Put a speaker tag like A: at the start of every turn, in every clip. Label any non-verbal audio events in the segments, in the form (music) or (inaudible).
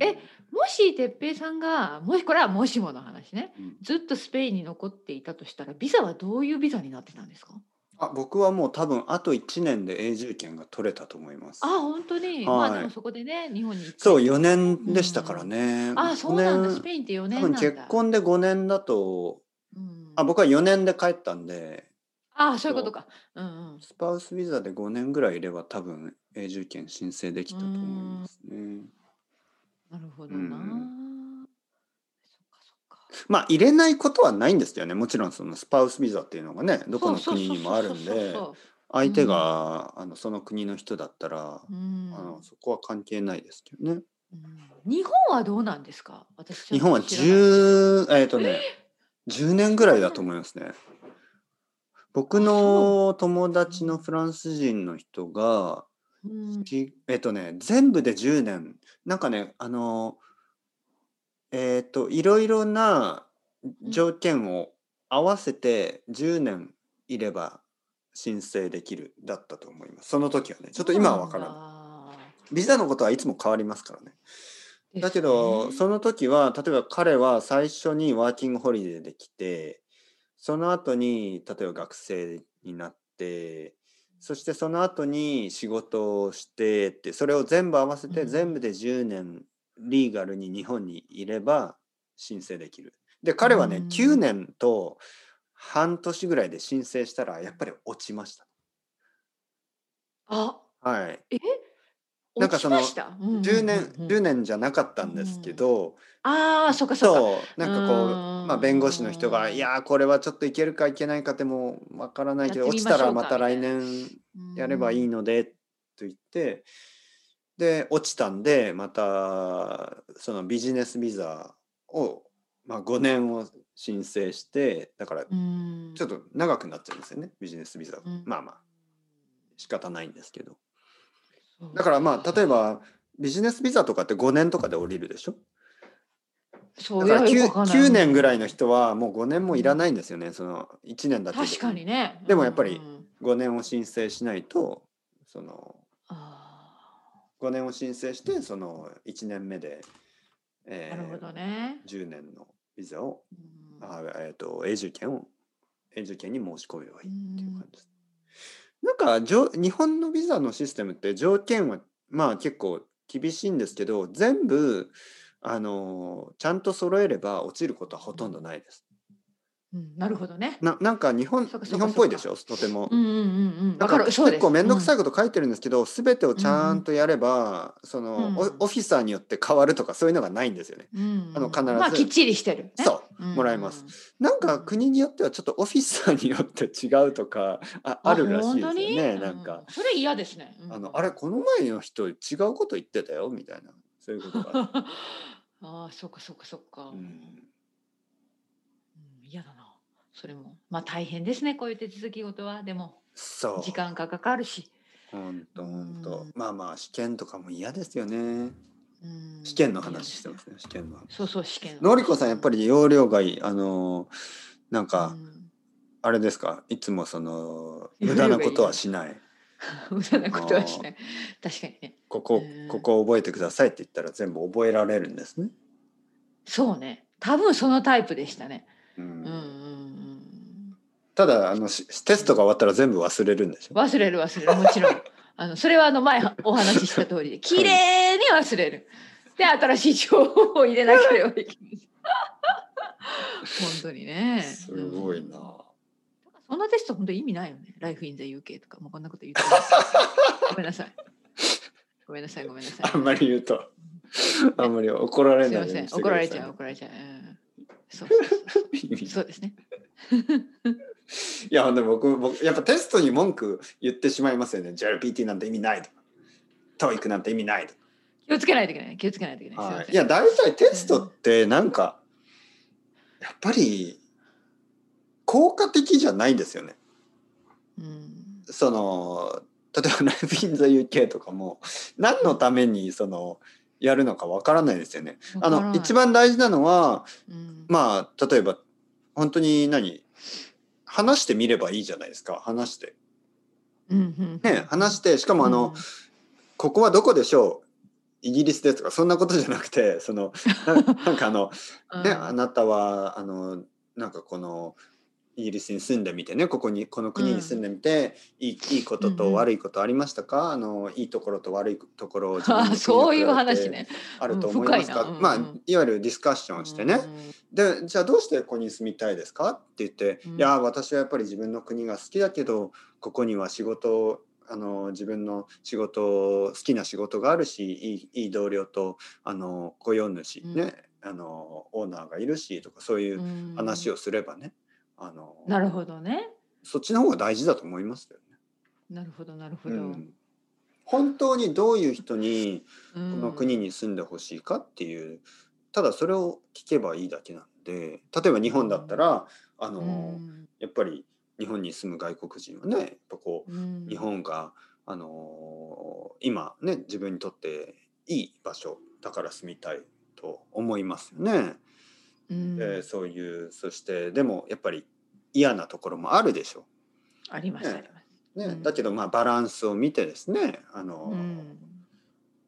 A: えもし哲平さんがもしこれはもしもの話ね
B: うん
A: ずっとスペインに残っていたとしたらビザはどういうビザになってたんですか
B: あ僕はもう多分あと1年で永住権が取れたと思います
A: あ本当に、
B: はい
A: まあでもそこでね日本に行って
B: そう4年でしたからね、
A: あそうなんだ
B: 四
A: スペインって4
B: 多
A: 年なん
B: 分
A: だ
B: 結婚で5年だと
A: うん
B: あ僕は4年で帰ったんで
A: あそういうことかうんうん
B: スパウスビザで5年ぐらいいれば多分永住権申請できたと思いますね。
A: なるほどな、
B: う
A: そっかそっか
B: まあ入れないことはないんですよねもちろんそのスパウスビザっていうのがねどこの国にもあるん
A: そうそうそう
B: で
A: そう
B: 相手があのその国の人だったら
A: そうう
B: あ
A: ん
B: のそこは関係ないですけどね。
A: うん日本はどうなんですか私ちょっと
B: 日本は
A: 知らない
B: 10えっ、とね10年ぐらいだと思いますね。僕の友達のフランス人の人が
A: うん
B: きえっとね全部で10年なんかねあのえっ、といろいろな条件を合わせて10年いれば申請できるだったと思いますその時はねちょっと今は分からないビザのことはいつも変わりますからね
A: い
B: だけどそ
A: の
B: の時は例えば彼は最初にワーキングホリデーで来てその後に例えば学生になってそしてその後に仕事をしてってそれを全部合わせ
A: う
B: て
A: ん
B: 全部で10年リーガルに日本にいれば申請できる。で彼はね
A: うん
B: 9年と半年ぐらいで申請したらやっぱり落ちました。
A: あ
B: はい、な
A: な
B: か
A: んんか
B: そ
A: そ
B: の
A: の10
B: 10年10年じゃなかったんですけど、
A: ああそっかそっか
B: そうなんかこう
A: うーん
B: まあ、弁護士の人が「いやーこれはちょっといけるかいけないかでもわからないけど落ちたらまた来年やればいい
A: の
B: ので」と言ってで落ちたんでまたそのビジネスビザを、まあ、5年を申請してだからちょっ
A: と
B: と長くなっちゃうんですよねビジネスビザがまあまあ仕方ないんですけど
A: あ
B: だからまあ例えばビジネスビザとかって5年とかで降りるでしょ
A: そう
B: だから
A: いや
B: 9,
A: よくわかんない
B: 9年ぐらいの人はもう5年もいらないんですよね、その1年だけで
A: 確かにね
B: でもやっぱり
A: うん
B: 5年を申請しないとその
A: あ
B: 5年を申請してその1年目で、
A: ー
B: え
A: な
B: ー
A: るほどね
B: 10年のビザを、
A: うん
B: あえー、と永住権を永住権に申し込めばいいっていう感じです。なんかじょ日本のビザのシステムって条件はまあ結構厳しいんですけど全部あのちゃんと揃えれば落ちることはほとんどないです。
A: うんなるほどね
B: ななんか日本
A: そっか
B: 日
A: そっか
B: 本っぽいでしょとても。
A: うんうんうんうん
B: な
A: わ
B: んか
A: かるそうです
B: 結構面倒くさ
A: い
B: いこと書いてるんですけど、すべてをちゃんとやれば、その、
A: うん
B: オオフィサーによって変わるとかそういうのがないんですよね。あ
A: あ
B: の必ず
A: まあきっちりしてるね
B: そうもらえますう。なんか国によってはちょっとオフィサーによって違うとかああるらしいですよね。なんか、
A: それ嫌ですね
B: あのあれこの前の人違うこと言ってたよみたいなそういうことがある。
A: あ (laughs) あーそっかそっかそっか、
B: う
A: うん
B: ん
A: 嫌だなそれもまあ大変ですねこういう手続き事はでも
B: そう。
A: 時間がかかるし
B: 本当本当
A: うん。
B: まあまあ試験とかも嫌ですよね。
A: うん
B: 試験の話してま
A: 嫌です
B: ね。試験の話。
A: すそうそう試験
B: のりこさんやっぱり容量がいいあのなんか
A: うん
B: あれですかいつもその無駄
A: 容量がいい
B: なことはしない
A: (laughs) 無駄なことはしない確かにね
B: ここ
A: うん
B: ここ覚えてくださいって言ったら全部覚えられるんですね。
A: そうね多分そのタイプでしたね
B: う
A: うんんうんうん
B: ただあのしテストが終わったら全部忘れるんでしょ。
A: 忘れる忘れるもちろん (laughs) あのそれはあの前お話しした通
B: (laughs)
A: りで綺麗に忘れるで新しい情報を入れなければい (laughs) けない本当にね
B: すごいな
A: うん。そんなテスト本当に意味ないよね「ライフインザ UK」とかもうこんなこ
B: (laughs)
A: と言ってないごめんなさいごめんなさいごめんなさい
B: あんまり言う
A: (laughs)
B: とあんまり怒られ
A: すい
B: な
A: ま
B: いよう
A: せん
B: にして
A: 怒
B: くだ
A: ら
B: さいね
A: れちゃう怒られちゃう、うん、そうそう
B: (laughs)
A: そうそうですね
B: いやでも僕僕やっぱテストに文句言ってしまいますよね。JLPT なんて意味ないとか TOEIC なんて意味ないとか。
A: 気をつけないといけない気をつけないといけないすま
B: は
A: せん
B: い、いや大体テストってなんか、やっぱり効果的じゃないんですよね。
A: うん
B: その例えば「ライブ・イン・ザ・ UK」とかも何のためにそのやるのかわからないですよね。あ
A: わから
B: の
A: ない
B: 一番大事なのは
A: うん
B: まあ例えば本当に何話してみればいいじゃないですか話して。
A: うんうん
B: ね話してしかもあの、ここはどこでしょうイギリスですとかそんなことじゃなくてそのななんかあの、
A: うん
B: ね、あなたはあのなんかこのイギリスに住んでみてねここにこの国に住んでみて、いいいいこと
A: うんう
B: と
A: ん
B: 悪いことありましたか、あのいいところと悪いところを自分の
A: あ
B: 国
A: ー
B: に
A: そういう
B: 比べて
A: 話ね。
B: あると思いますか、
A: うん深いなうん
B: まあ
A: う
B: い
A: ん
B: わゆるディスカッションをしてね、でじゃあどうしてここに住みたいですかって言って、
A: うん
B: いや私はやっぱり自分の国が好きだけどここには仕事をあの自分の仕事好きな仕事があるしいいいい同僚とあの雇用主
A: うん
B: ね、あのオーナーがいるしとかそういううん話をすればね、あの
A: なるほどね。
B: そっちの方が大事だと思いますよね。
A: なるほどなるほ
B: う
A: ど。
B: ん本当にどういう人に
A: こ
B: この国に住んでほしいかっていうただそれを聞けばいいだけなんで例えば日本だったらあの、やっぱり日本に住む外国人はねやっぱこう日本があの今ね自分にとっていい場所だから住みたいと思いますよね。でそういうそしてでもやっぱり嫌なところもあるでしょ
A: ありますあります。
B: う。ね
A: うん
B: だけどまあバランスを見てですねあの、
A: うん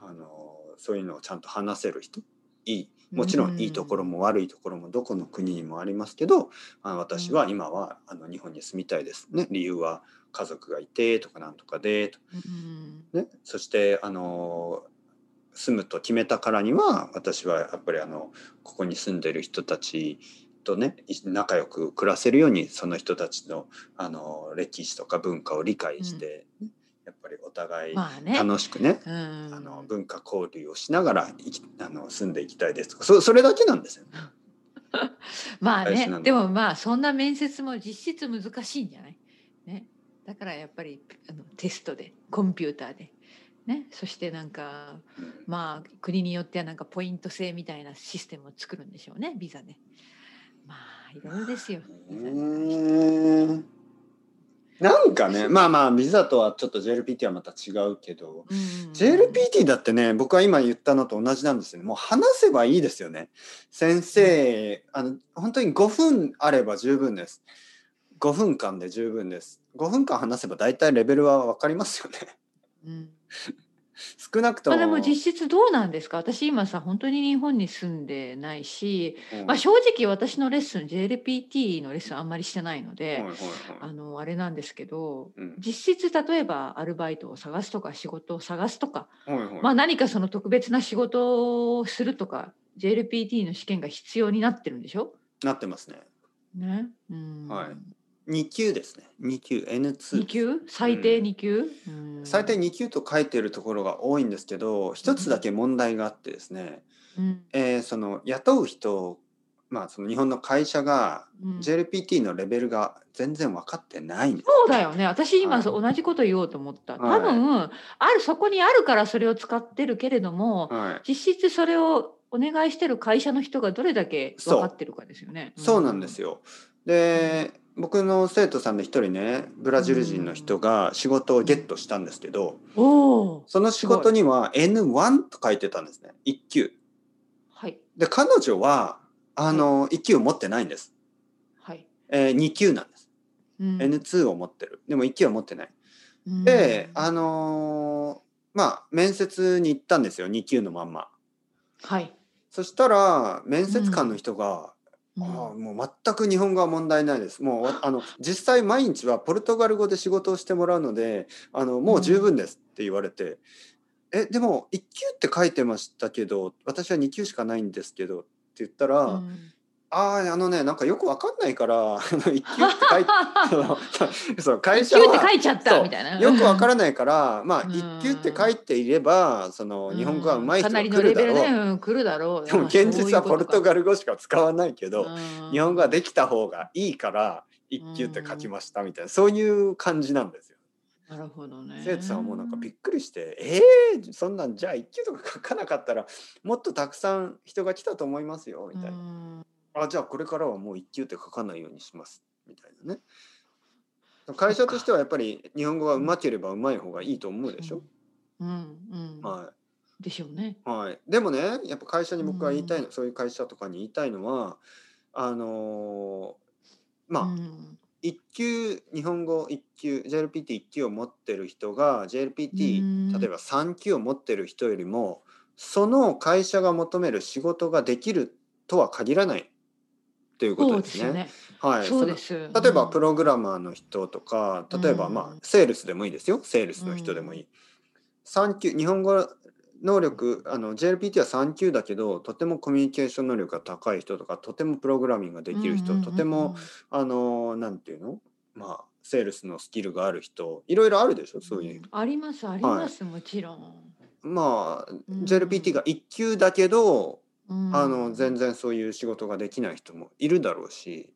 B: あのそういうのをちゃんと話せる人いいもちろんいいところも悪いところもどこの国にもありますけど、あの私は今はあの日本に住みたいですね理由は家族がいてとかなんとかでとか
A: うん
B: ね、そしてあの住むと決めたからには私はやっぱりあのここに住んでる人たちとねい仲良く暮らせるようにその人たちのあの歴史とか文化を理解して、やっぱりお互い
A: まあね。
B: 楽しくね
A: うん
B: あの文化交流をしながらいきあの住んでいきたいですとかそそれだけなんですよね。
A: まあ
B: 大事な
A: ね
B: の
A: でもまあそんな面接も実質難しいんじゃない、ね、だからやっぱりあのテストでコンピューターで、ね、そしてなんか
B: うん
A: まあ国によってはなんかポイント制みたいなシステムを作るんでしょうねビザで。まあいろいろですよ。
B: うーんなんかねまあまあビザとはちょっと JLPT はまた違うけど
A: うん
B: JLPT だってね僕は今言ったのと同じなんですよねもう話せばいいですよね先生あの本当に5分あれば十分です5分間で十分です5分間話せば大体レベルは分かりますよね
A: うん
B: 少なくと
A: ま
B: も
A: あ、でも実質どうなんですか私今さ本当に日本に住んでないし、
B: うん
A: まあ、正直私のレッスン JLPT のレッスンあんまりしてないので、
B: はいはいはい
A: あのあれなんですけど
B: うん
A: 実質例えばアルバイトを探すとか仕事を探すとか、
B: はいはい
A: まあ、何かその特別な仕事をするとか JLPT の試験が必要になってるんでしょ
B: なってますね。
A: ね。うん
B: はい2級ですね。2級 N2。
A: 2級最低2級、うん
B: 最低2級と書いているところが多いんですけど、一つだけ問題があってですね、
A: うん
B: えーその雇う人、まあその日本の会社が
A: うん
B: JLPT のレベルが全然分かってないんです。
A: そうだよね私今
B: はい
A: そう同じこと言おうと思った、
B: はい
A: 多分あるそこにあるからそれを使ってるけれども、
B: はい。
A: 実質それをお願いしてる会社の人がどれだけ分かってるかですよね。
B: そうなんです
A: よ。
B: よ。で、僕の生徒さんの一人ね、ブラジル人の人が仕事をゲットしたんですけど、
A: おお、
B: その仕事には N1 と書いてたんですね。1級。
A: はい
B: で彼女はあの1級を持ってないんです、
A: はい。
B: えー、2級なんです、
A: うん、
B: N2 を持ってるでも1級は持ってない
A: うん
B: で、あのーまあ面接に行ったんですよ2級のまんま
A: はい。
B: そしたら面接官の人が、
A: うん
B: ああもう全く日本語は問題ないですもうわあの実際毎日はポルトガル語で仕事をしてもらうのであのもう十分ですって言われて、えでも1級って書いてましたけど私は2級しかないんですけどって言ったら、
A: うん
B: あああのねなんかよくわかんないからあの一級って書いて (laughs) そのそうそう会
A: 一 (laughs)
B: 社
A: 級って書
B: はい
A: ちゃったみたいな。
B: よくわからないからまあ
A: うん
B: 一級って書いていればその日本語が上手い人
A: かなり
B: が来
A: のレ
B: る
A: ベ
B: だ
A: ル
B: ろ
A: で、
B: う。
A: うん、来るだろう。
B: でも現実はポルト
A: ル
B: ガル語しか使わないけど日本語が
A: で。
B: できた方がいいから一級って書きましたみたいなそういう感じなんですよ。
A: なるほどね。
B: 生徒さんはもうなんかびっくりして「えー、そんなんじゃあ一級とか書かなかったらもっとたくさん人が来たと思いますよ」みたいな。
A: うん
B: あじゃあこれからはもう一級って書かないようにしますみたいなね会社としてはやっぱり日本語がうまければうまい方がいいと思うでしょ、
A: うんうん。
B: は
A: でしょうね。
B: いはい、でもねやっぱ会社に僕が言いたいの、そういう会社とかに言いたいのはあのーまあ、
A: うん
B: 一級日本語一級 JLPT1 級を持ってる人が JLPT、
A: うん
B: 例えば3級を持ってる人よりもその会社が求める仕事ができるとは限らないというこ
A: そ
B: とで
A: うですす
B: ね。
A: よね。
B: はい、
A: そうで
B: そ
A: す。
B: の例えばプ
A: ロ、
B: ログラマーの人とか例えば
A: うん
B: まあセールスでもいいですよセールスの人でもいい。3級日本語能力あの JLPT は3級だけどとてもコミュニケーション能力が高い人とかとてもプログラミングができる人、
A: うんうんうんう
B: と
A: ん
B: てもあのなんていうのまあセールスのスキルがある人いろいろあるでしょそういう。
A: ありますあります、もちろん。
B: まあ
A: うん
B: JLPT が1級だけど、
A: うん
B: あの全然そういう仕事ができない人もいるだろうし、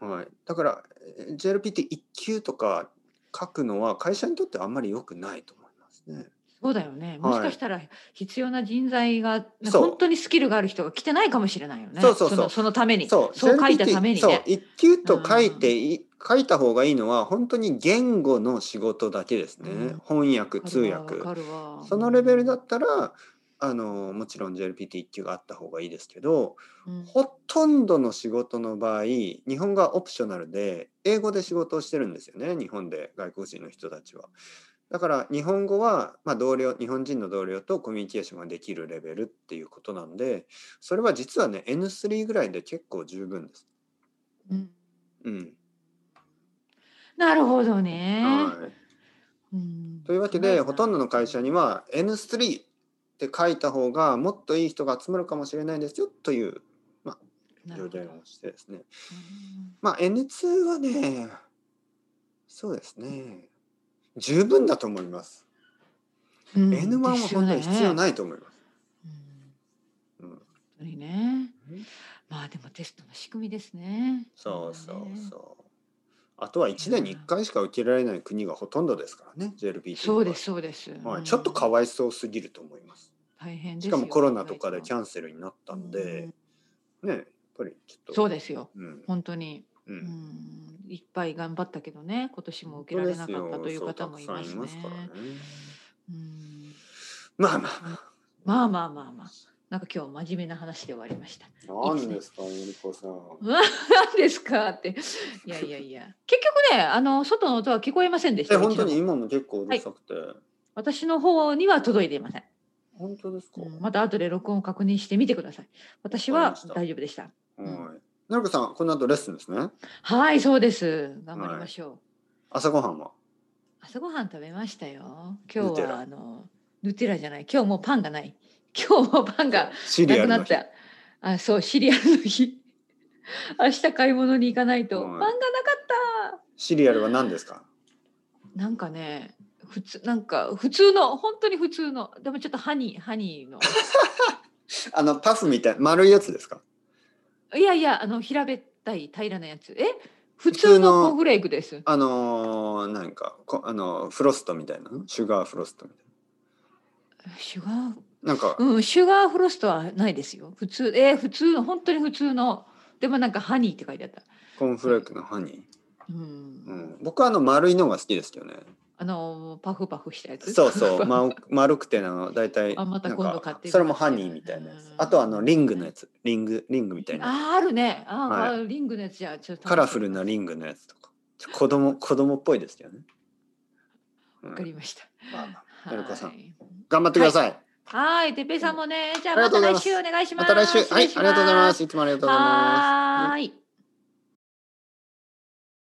B: はい、だからえー JLPT1 級とか書くのは会社にとってはあんまり良くないと思いますね。
A: そうだよね。
B: はい
A: もしかしたら必要な人材が、
B: そう
A: 本当にスキルがある人が来てないかもしれないよね。
B: そうそうそう
A: のそのために。
B: そう
A: そう書いたために
B: そう
A: ね。
B: 1級と書いてい書いた方がいいのは本当に言語の仕事だけですね、翻訳通訳
A: わかるわ。わかるわ
B: そのレベルだっ、たらあのもちろん JLPT1 級があった方がいいですけど
A: うん
B: ほとんどの仕事の場合日本語はオプショナルで英語で仕事をしてるんですよね日本で外国人の人たちは。だから日本語は、まあ、同僚日本人の同僚とコミュニケーションができるレベルっていうことなんでそれは実はね N3 ぐらいで結構十分です。
A: うん
B: うん
A: なるほどね。
B: はい、
A: うん
B: というわけでほとんどの会社。
A: 考
B: には N3 って書いた方がもっといい人が集まるかもしれないですよという
A: えたなな
B: 条
A: るほど
B: 件をしてですね。
A: うん
B: まあ N2 はね、そうですね。十分だと思います。
A: うん
B: N1 は本当に必要
A: い。
B: ないと思います。
A: う
B: うん、
A: ん本当にね。まあでもテストの仕組みですね。
B: そうそう
A: ね
B: そう。あとは1年に1回しか受けられない国がほとんどですからね、JLPT は。
A: そうですそうです。
B: は
A: う
B: い、
A: ん
B: ちょっとかわいそうすぎると思います。
A: 大変です
B: し
A: よ
B: かもコロナとかでキ
A: ン
B: ャンセルになったんで、ね、やっぱりちょっと。
A: そうですよ。
B: うん
A: 本当に。
B: う
A: うんん、いっぱい頑張ったけどね、今年も受けられなかったという方もいます
B: そう
A: ね
B: たくさんいますから。ね。
A: うん
B: まあま
A: まあまあまあまあ、なんか今日は真面目な話で終わりました。
B: あ。なんですか、ゆりこさん。
A: 何ですか (laughs) って、いやいやいや、結局ね、あの外の音は聞こえませんでし
B: え
A: た。う
B: 本
A: ち
B: 当
A: の
B: に今も結構うるさくて、
A: 私の方には届いていません。
B: 本当ですか、
A: うんまた後で録音を確認してみてください。私
B: わかり
A: は
B: ました
A: 大丈夫でした。ん
B: はいなるこさんこの後レッスンですね
A: はい、そうです。頑張りましょう。
B: 朝ごはんは
A: 朝ごはん食べましたよ。今
B: ヌ
A: 日
B: テラ
A: はあのヌテラじゃない。今日もうパンがない。 (laughs) 今日もパンが
B: シ
A: な
B: リアル
A: くな
B: の
A: っ
B: 日
A: た。あ、そうシリアルの日。 (laughs) 明日買い物に行かない
B: は
A: と、
B: い
A: パンがなかっ
B: シリアルは何ですか
A: た。なんかね、普通なんか普通の本当に普通の。でもちょっとハニーハニーの。
B: あのパフみたい丸いやつですか
A: いやいやあの平べったい平らなやつ。え、普通のコーンフレークです。
B: あのー、なんかこあのフロストみたいなシュガーフロストみたい
A: シュガー
B: ななんか、
A: うん、シュガーフロストはないですよ。普通、えー普通の、本当に普通の。でもなんかハニーって書いてあった。
B: コーンフレークのハニ
A: う
B: ー、
A: ん。
B: うん、僕はあの丸いのが好きですけどね
A: あの、パフパフしたやつ。
B: そう
A: (laughs)
B: そう、
A: パフ
B: ま、丸くてあの大体
A: あまた
B: なん
A: 今
B: か
A: 度買ってください
B: それもハニーみたいなやつあとあのリングのやつリングリングみたいなやつ
A: あー、あるね。あー、
B: は
A: あーリングのやつじゃ、ちょっと。
B: カラフルな
A: ン
B: リングのやつとか子供子供っぽいですけどね、うん
A: わかりました。
B: まあまあ、のりこさん
A: はい
B: 頑張ってください、
A: はい、てっぺいさんもね、じゃあ、
B: ありが
A: ま
B: とう
A: た
B: ござい
A: 来
B: ます
A: 週お願いしま。。
B: ますた来週はいありがとうございますすいつもありがとうございます
A: はーい。